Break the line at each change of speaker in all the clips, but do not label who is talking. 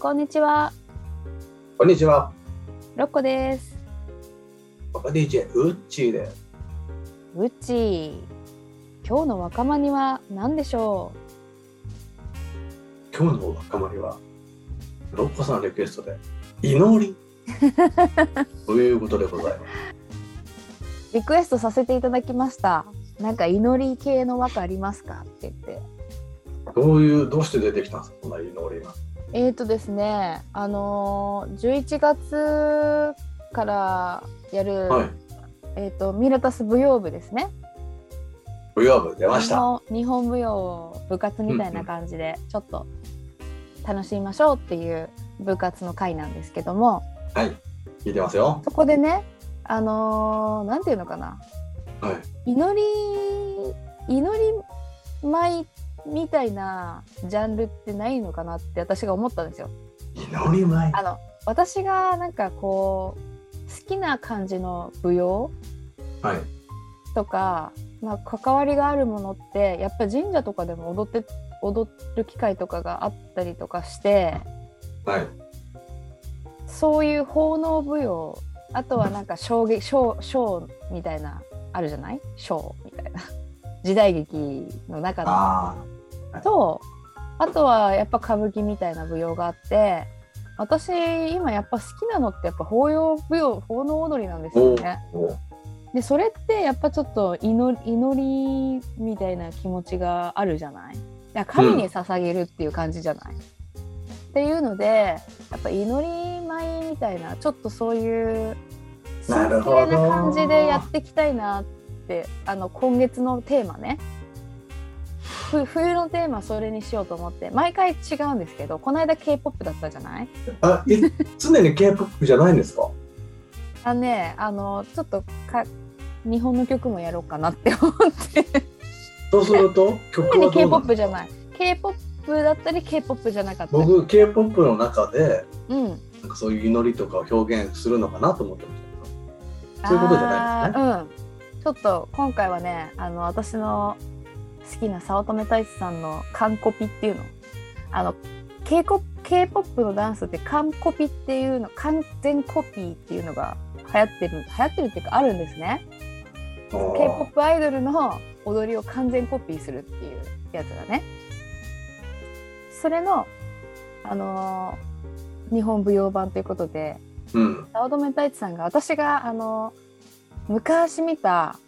こんにちは、
こんにちは。
ロッコです。
バカ DJ ウッチーです。
うち、今日の若者には何でしょ
今日の若まりは、ロッコさんリクエストで、祈 り。ということでございます。
う。リクエストさせていただきました。なんか祈り系の和歌ありますかって言って。
どういう、どうして出てきたんですか、この祈りが。
えーとですね、あのー、11月からやる、
はい。
えーとミラタス舞踊部ですね。
ウヤブ出まし
日
た。
本日本舞踊を部活みたいな感じでちょっと楽しみましょうっていう部活の会なんですけども
聞いてますよ。
そこでねあのー、なんていうのかな
はい。
祈り祈り舞みたいなジャンルってないのかなって私が思ったんですよ。
祈り前。
あの私がなんかこう好きな感じの舞踊
はい。
とか、まあ、関わりがあるものってやっぱ神社とかでも踊って踊る機会とかがあったりとかして
はい。
そういう奉納舞踊あとはなんか将棋将将みたいなあるじゃない将みたいな時代劇の中の
あ
とあとはやっぱ歌舞伎みたいな舞踊があって私今やっぱ好きなのってやっぱ法要舞踊奉納踊りなんですよね。
あ。お
でそれってやっぱちょっと祈り祈りみたいな気持ちがあるじゃないいや神に捧げるっていう感じじゃない、っていうのでやっぱ祈り舞みたいなちょっとそういう
なる
綺
ほど
麗な感じでやっていきたいなってあの今月のテーマねふ冬のテーマそれにしようと思って毎回違うんですけどこの間 k p o p だったじゃない
あ、い常に K-POP じゃないんですか
あのねあのちょっとか日本の曲もやろうかなって思って。
そうすると、曲
常に
はどうなの
K-POP じゃない K-POP だったり K-POP じゃなかったり
僕、K-POP の中で、
うん
なんかそういう祈りとかを表現するのかなと思ってましたけど。そういうことじゃないんですね
あーうんちょっと今回はねあの私の好きな早乙女太一さんの完コピっていうのあの K-POP, K-POP のダンスって完コピっていうの完全コピーっていうのが流行ってる流行ってるっていうかあるんですね
あー
K-POP アイドルの踊りを完全コピーするっていうやつがねそれの、あのー日本舞踊版ということで
うん。
早乙女太一さんが私が、あのー昔見た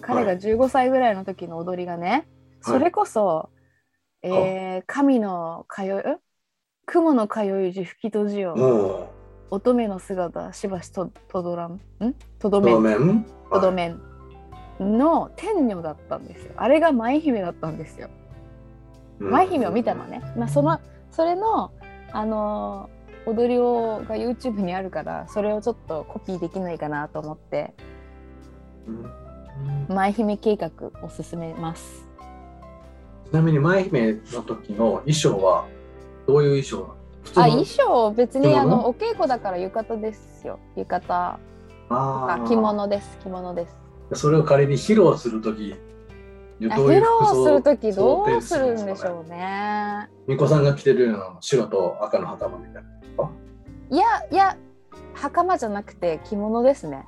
彼が
はい
15歳ぐらいの時の踊りがね、それこそ、えー神の通いん雲の通い時吹き閉じよ、
も
乙女の姿しばしととどらんんと
う、
どめ
当
ん
面。
とど
はい
めんの天女だったんですよ。あれが舞姫だったんですよ。舞姫を見たの。ね。まあそのそれのあのー踊りをが YouTube にあるからそれをちょっとコピーできないかなと思って
うんうん
舞姫計画おすすめます。
ちなみに舞姫の時の衣装はどういう衣装なの普通
あ
の
衣装別に
着物
あのお稽古だから浴衣ですよ。浴衣と
あ
か
ー
着物です着物です。
それを仮に披露する時
あ
どうい
披
う服
露す
装
る時どうするんでし
う
ょうね。
巫女さんが着てるような白と赤の袴みたいない
やいや袴じゃなくて着物ですね。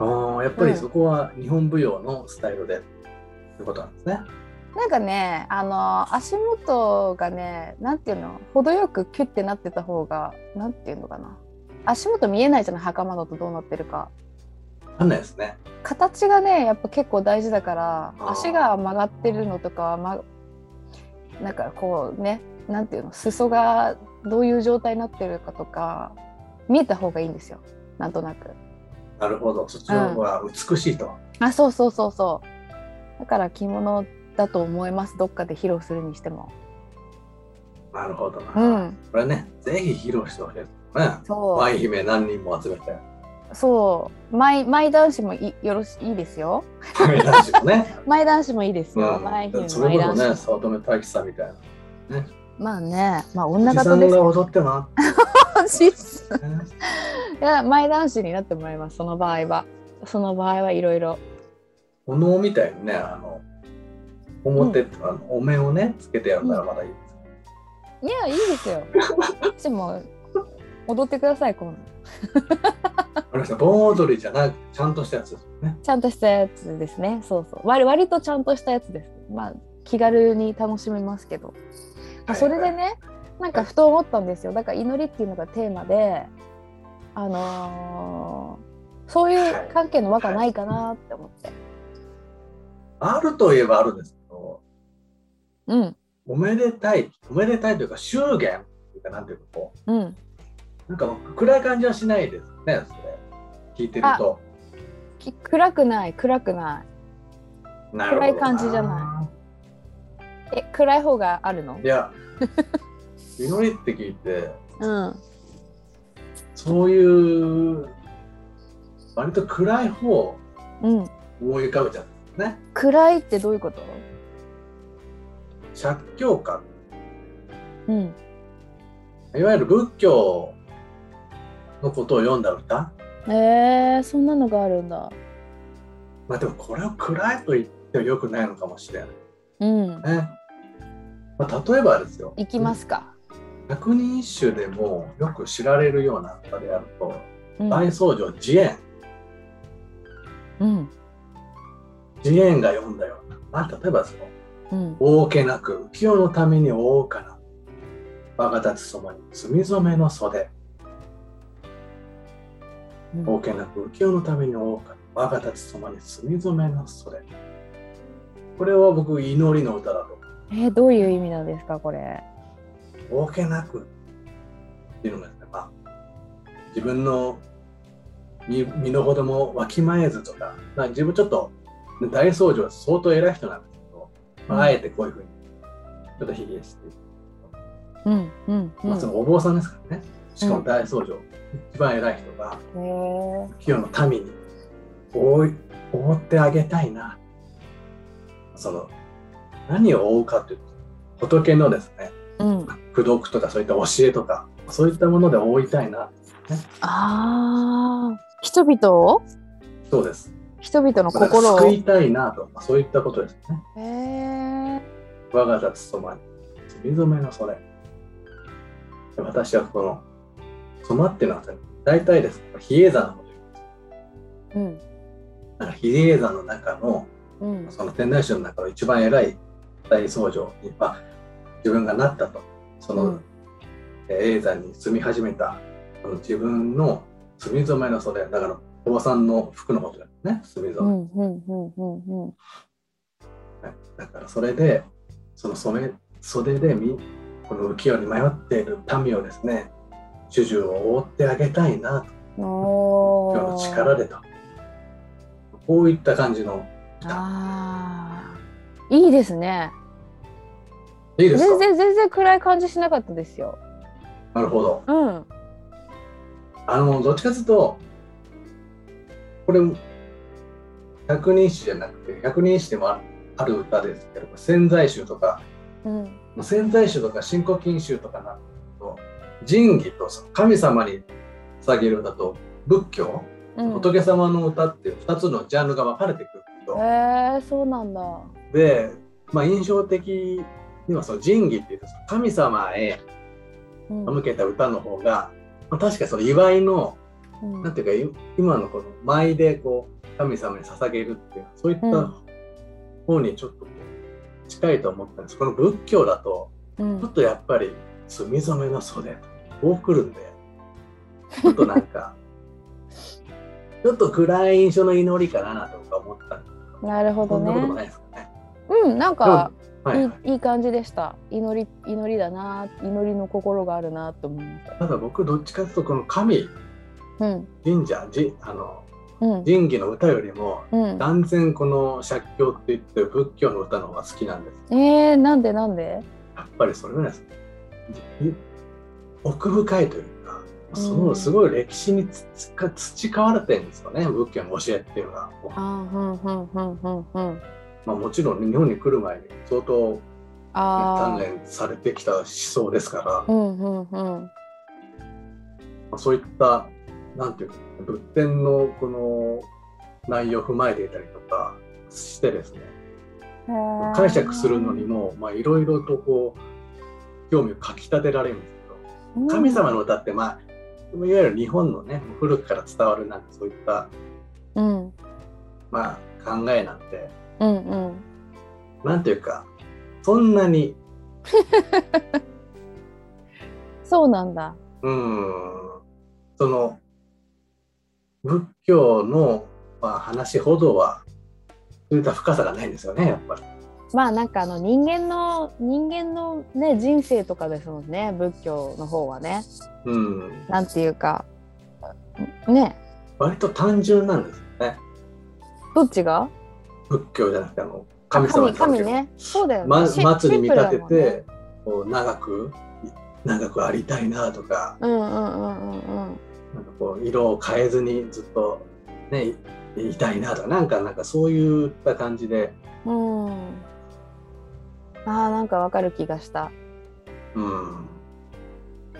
あーやっぱりそこは日本舞踊のスタイルでってことなんですね
なんかね、あの足元がね、なんていうの、程よくキュッてなってた方が、なんていうのかな。足元見えないじゃない、袴だとどうなってるか。
わかんないですね
形がね、やっぱ結構大事だから、
あー
足が曲がってるのとか、ま、なんかこうね、なんていうの、裾がどういう状態になってるかとか、見えた方がいいんですよ、なんとなく。
なるほどそっちの方が美しいと、
あ、そうそうそうそう。だから着物だと思います、どっかで披露するにしても。
なるほどな、
うん、
これねぜひ披露してほしいですね
そう。
舞姫何人も集めて
そう、舞舞男子もいよろしいいですよ。
舞男子も ね
舞男子もいいですよ。舞
う
姫
ん、それこそ
舞
ね
男
早乙女太一さんみたいな
子。まあね、まあ
お
女
じさ
方
ん
で。
が踊ってま す
い
すね
や、舞男子になってもらいます。その場合は、その場合はいろいろ。
お能みたいにねあの表、あのお面をねつけてやるならまだいいです
いやいいです よ。でも踊ってください今度。
あれさ盆踊りじゃなくちゃんとしたやつですよね
ちゃんとしたやつですね。そうそう。割割とちゃんとしたやつです。まあ気軽に楽しめますけど。まあそれでね、なんかふと思ったんですよ。だから祈りっていうのがテーマで、あのーそういう関係の輪がないかなって思って。
あるといえばあるんですけど
うん
おめでたいおめでたいというか祝言というかなんていうかこ
うん。
うなんか暗い感じはしないですねそれ聞いてると
き暗くない暗くな
な
暗い感じじゃない。え暗い方があるの？
いや祈りって聞いて
うん。
そういう割と暗い方を
うん。
思い浮かべちゃうんですね
暗いってどういうこと？
借教感
うん。
いわゆる仏教のことを読んだ歌
えー、そんなのがあるんだ。
まあでもこれを暗いと言ってもよくないのかもしれない
うん。
ね、まあ、例えばですよ
行きますか。
百人一首でもよく知られるような歌であると
うん。
大僧正慈円
うん。
慈円が読んだような、まあ、例えばその
うん
「大けなく浮世のために大かな我が立つそばに墨染めの袖
うん
大けなく浮世のために大かな我が立つそばに墨染めの袖」これは僕祈りの歌だと
えー、どういう意味なんですか、これ。
大けなくっていうのがですね、まあ、自分の身身の程もわきまえずとか、まあ、自分ちょっと大僧侶は相当偉い人なんですけど、まあ、あえてこういうふうにちょっと卑下して、
うん。うん。うん
まあ、そのお坊さんですからねしかも大僧侶、一番偉い人が
へー
清の民に覆い覆ってあげたいなその何を覆うかというと仏のですね
うん。
功徳とかそういった教えとかそういったもので覆いたいな
ああ。人々を。
そうです
人々の
まあ
心を。
救
へ
いたいなとかそういったことですね
えー。
我が立つそばに墨染めのそれ私はこの染まっていうのは大体ですね比叡山のこと
うん。
なんか比叡山の中の
うん。
その天台宗の中の一番偉い大僧侶に、まあ、自分がなったとその、
うん
えー叡山に住み始めたこの自分の墨染めのそれだからおばさんの服のことですね墨染
う
め、
ん。うん。うん。うん。うん。
はいだからそれでその染め袖でみこの浮世に迷っている民をですね主従を覆ってあげたいなと
お
今日
お。
の力でとこういった感じの
ああ。いいですね。
いいです
全
か
然、全然暗い感じしなかったですよ。
なるほど
うん。
あのどっちかというとこれ百人一首じゃなくて百人一首でもあるある歌ですけど潜在集とか
うん。
潜在集とか深呼吸集とかなんですけど仁義とその神様に捧げる歌と仏教
うん。
仏様の歌っていう2つのジャンルが分かれてくる
へ
と、
えー、そうなんだ。
で、まあ、印象的にはその仁義っていう神様へ
うん
向けた歌の方が、まあ、確かにその祝いの
うん
なんていうかい今のこの舞でこう神様に捧げるっていうそういった
うん
方にちょっとこう近いと思ったんですこの仏教だと
うん
ちょっとやっぱり墨染めの袖こうくるんでちょっとなんか ちょっと暗い印象の祈りかなとか思ったんです
なるほ
そ
ど
んなことも
ね。
ないですかね。
うん、なんか、
はいい
い
はい、
いい感じでした。祈り、祈りだな、祈りの心があるなと思いました。
ただ僕どっちかというとこの神
うん、
神社じあの
うん、
神義の歌よりも
うん。
断然この写経って言ってる仏教の歌の方が好きなんです。
えー、なんでなんで？
やっぱりそれぐらいです。い奥深いというか
ん
そのすごい歴史につつか培われてるんですよね仏教の教えっていうのは。
あー、うん、うん、うん、うん、うん。
まあ、もちろん日本に来る前に相当
あ
鍛
ー
錬されてきた思想ですから、ま
うん、うん、うん。
あ、そういったなんていうか仏典のこの内容を踏まえていたりとかしてですね
へー
解釈するのに。もまあいろいろとこう興味をかきたてられるんですけど神様の歌ってまあいわゆる日本のね古くから伝わるなんかそういった、
うん
まあ、考えなんて
うんうん
なんていうかそんなに
そうなんだ
うーんその仏教の、まあ、話ほどはそういった深さがないんですよねやっぱり。
まあなんかあの人間の人間のね人生とかですもんね仏教の方はね
うん、
なんていうかね
割と単純なんですよね
どっちが
仏教じゃなくてあの神様
神
に関
神
係
ねそうだよね、
ま、
シ
松に見立て
シンプルだもんね
て、こう長く長くありたいなとか
うんうんうんうんうん
なんかこう色を変えずにずっと、ね、いいたいなとかなんかなんかそういった感じで、
うんあーなんかわかる気がした
うん、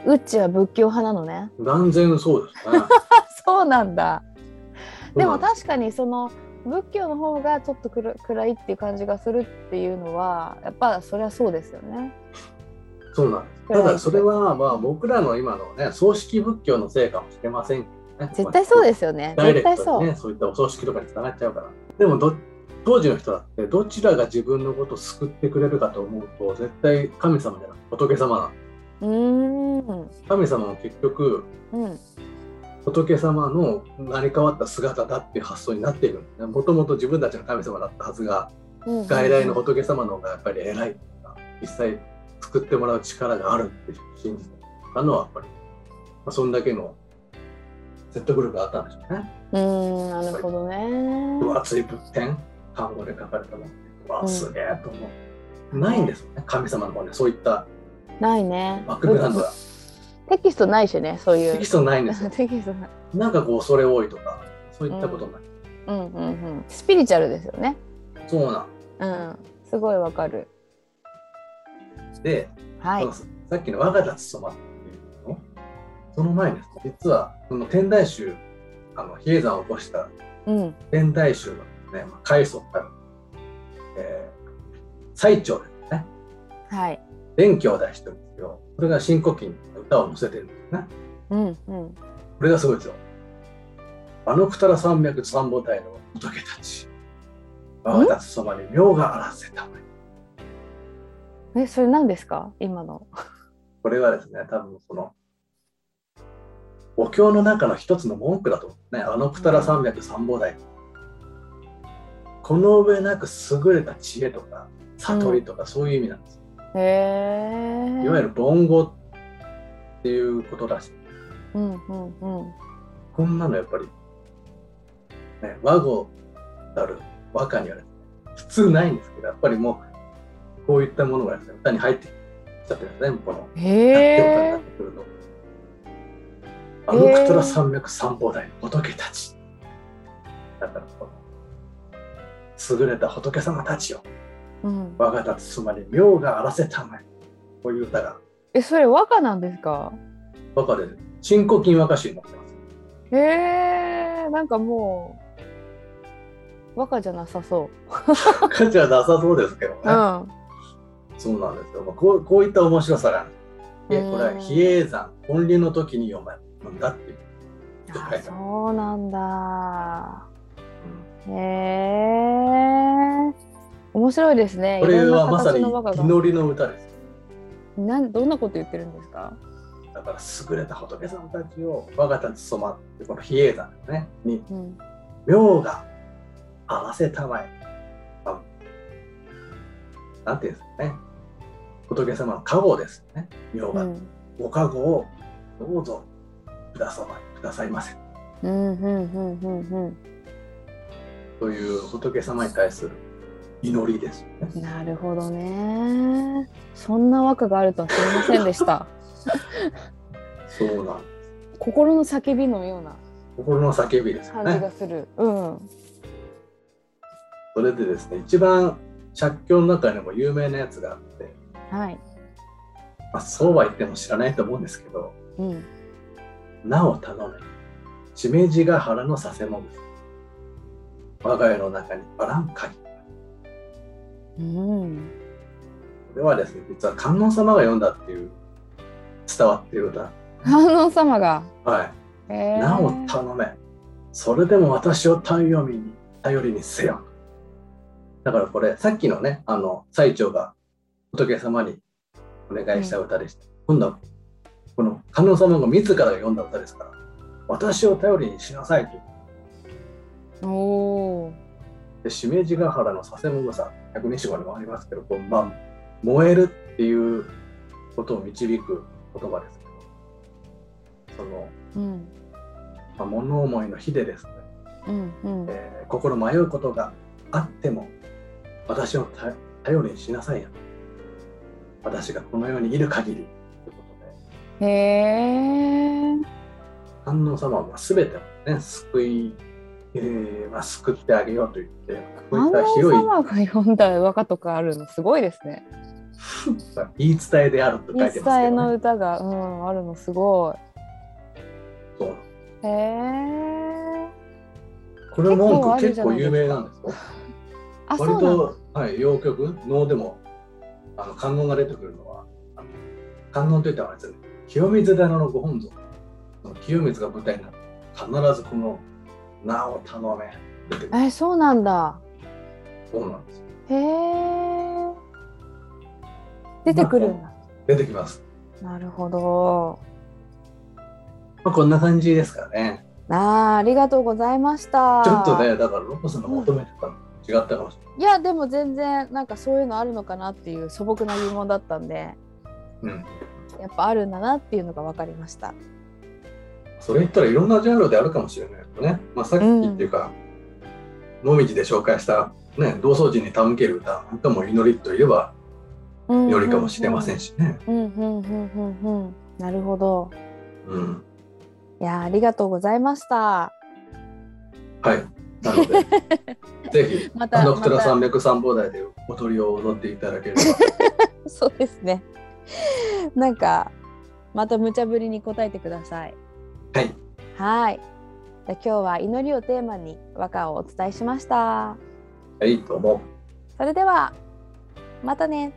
うちは仏教派なのね
断然そうですね。
そうなんだでも
た
確かにその仏教の方がちょっと暗暗いっていう感じがするっていうのはやっぱそりゃそうですよね
そうなんですただそれはまあ僕らの今のね葬式仏教のせいかもしれませんけどね
絶対そう
す
ですよね
ダイ
絶
レ
対
クト
そう、
にねそういったお葬式とかにつながっちゃうからでもど当時の人だってどちらが自分のことを救ってくれるかと思うと絶対神様じゃなくて仏様なの
うーん
神様も結局
うん
仏様の成り変わった姿だっていう発想になっているもともと自分たちの神様だったはずが
うん
外来の仏様の方がやっぱり偉いとか実際作ってもらう力があるって信じたのはやっぱり、まあ、そんだけの説得力があったんでしょうね。
うーんなるほど
分
ね
厚い仏典漢語で書かれたものう
う
わ
ん
すげえと思う、ないんですよね神様の方にそういった
ないね
バックグラウンドが
テキストないしねそういう
テキストないんですよ
テキストない
なんかこうそれ多いとかそういったことない、
うんうんうんスピリチュアルですよね
そうなん
うんすごいわかる
で、
はい
このさっきの「我が立ちそば」っていうのその前にですね実はこの天台宗あの比叡山を起こした
うん
天台宗のね、まあ、開祖たる、えー最長ですね
はい
蓮教を出してるんですよそれが新古今の歌を載せてるんですね
うんうん
これがすごいですよ。あのくたら山脈三母隊の仏たち。我が立つそばに妙があらせたまえ。
えそれ何ですか今の
これはですね、多分その、お経の中の一つの文句だと思うね。あのくたら山脈三母隊。この上なく優れた知恵とか、悟りとかそういう意味なんですよ。
へえ
いわゆる凡語っていうことらしい。
うんうんうん
こんなのやっぱり、ね、和語たる和歌にはね普通ないんですけど、やっぱりもう、こういったものがですね、歌に入ってきちゃってるんですね、もうこの、楽曲に
へ
な
え
ってくると。あのくたら山脈三宝台の仏たち。だから、この、優れた仏様たちを、
うん
我が立つつまり、妙があらせたまえ。こういう歌が、
えそれ和歌なんですか
和歌で、新古今和歌集になってます。
へえなんかもう和歌じゃなさそ
和歌じゃなさそうですけどね。
ううん
そうなんですよ。まあ、こうこういった面白さがある。で
うん
これは比叡山本流の時に読むんだっていう。
あそうなんだ
うん
へえ面白いですね
これはまさ
い
に
ろんな形の和歌が
祈りの歌です。
なんどんなこと言ってるんですか
だから優れた仏さんたちを我が立つ染まってこの比叡山ですねに
うん
妙が合わせたまえ。あなんていうんですかね。仏様の加護ですよね。妙
う
が、
ん
ご加護をどうぞくださまくださいませ。
うんうんうんうん
という仏様に対する祈りですよね。
うんなるほどねそんな和歌があるとは知りませんでした
そうなん
心の叫びのような
心の叫びですよ
感じ
ね。
がする、うん
それでですね、一番借経の中でも有名なやつがあって、
はい
まあ、そうは言っても知らないと思うんですけど、
うん
なお頼め、しめじが腹のさせもぐす。我が家の中にあらんかぎ。
うん
れはですね実は観音様が読んだっていう伝わっている歌
観音様が。
はい
えー
なお頼め。それでも私を頼みに、頼りにせよ。だからこれ、さっきのね、あの、最長が仏様にお願いした歌でした。今度は、この観音様が自らが読んだ歌ですから、私を頼りにしなさいと。
おー
で、しめじヶ原の佐世保草、百人芝にもありますけど、こうまあ、燃えるっていうことを導く言葉ですけど、その、
うん
まあ、物思いの火でですね、
うんうん。
えー心迷うことがあっても私を頼頼りにしなさいよ私がこの世にいる限りということ
へ
で
え。
観音様はまあ全てをね救い、えーまあ、救ってあげようと言ってこう
観
いった
音
広い
様が読んだ和歌とかあるのすごいですね。
まあ言い伝えであると書
言
い
い
てます
伝
け
え
ど、
の
ね、
歌が、うん、あるのすご
そう
い。へえ。
これ文句
結
結
構ある
構
じゃ
有
ないですか
名なんですよ
あ、そう
割
なんだ。
と、はい、洋曲能でもあの観音が出てくるのはあの観音といったのはですね清水寺のご本尊その清水が舞台になる必ずこの「名を頼め」出てくる
え、そうなんだ。
そうなんですよ
へえ。出てくるんだ。
出てきます、
なるほど。
まあ、こんな感じですからね
あーありがとうございました。
ちょっとねだからロコさんの求めてたのと違ったかもし
いやでも全然なんかそういうのあるのかなっていう素朴な疑問だったんで
れない、うん、
やっぱあるんだなっていうのが分かりました。
それ言ったらいろんなジャンルであるかもしれないけどね、まあ、さっきっていうか、もみじで紹介した、ね、同窓人に手向ける歌なんかも祈りといえば
よ
祈りかもしれません。しね、
うんうんうんうんうん。なるほど。
うん、
いやーありがとうございました。
はい。な ので、ぜひ、
また
あの、
ま
寺
た
三百三宝台で踊りを踊っていただければ。
そうですね。なんかまた無茶ぶりに答えてください。
はい。
はい。じゃあ今日は祈りをテーマに和歌をお伝えしました。
はい、どうも。
それではまたね。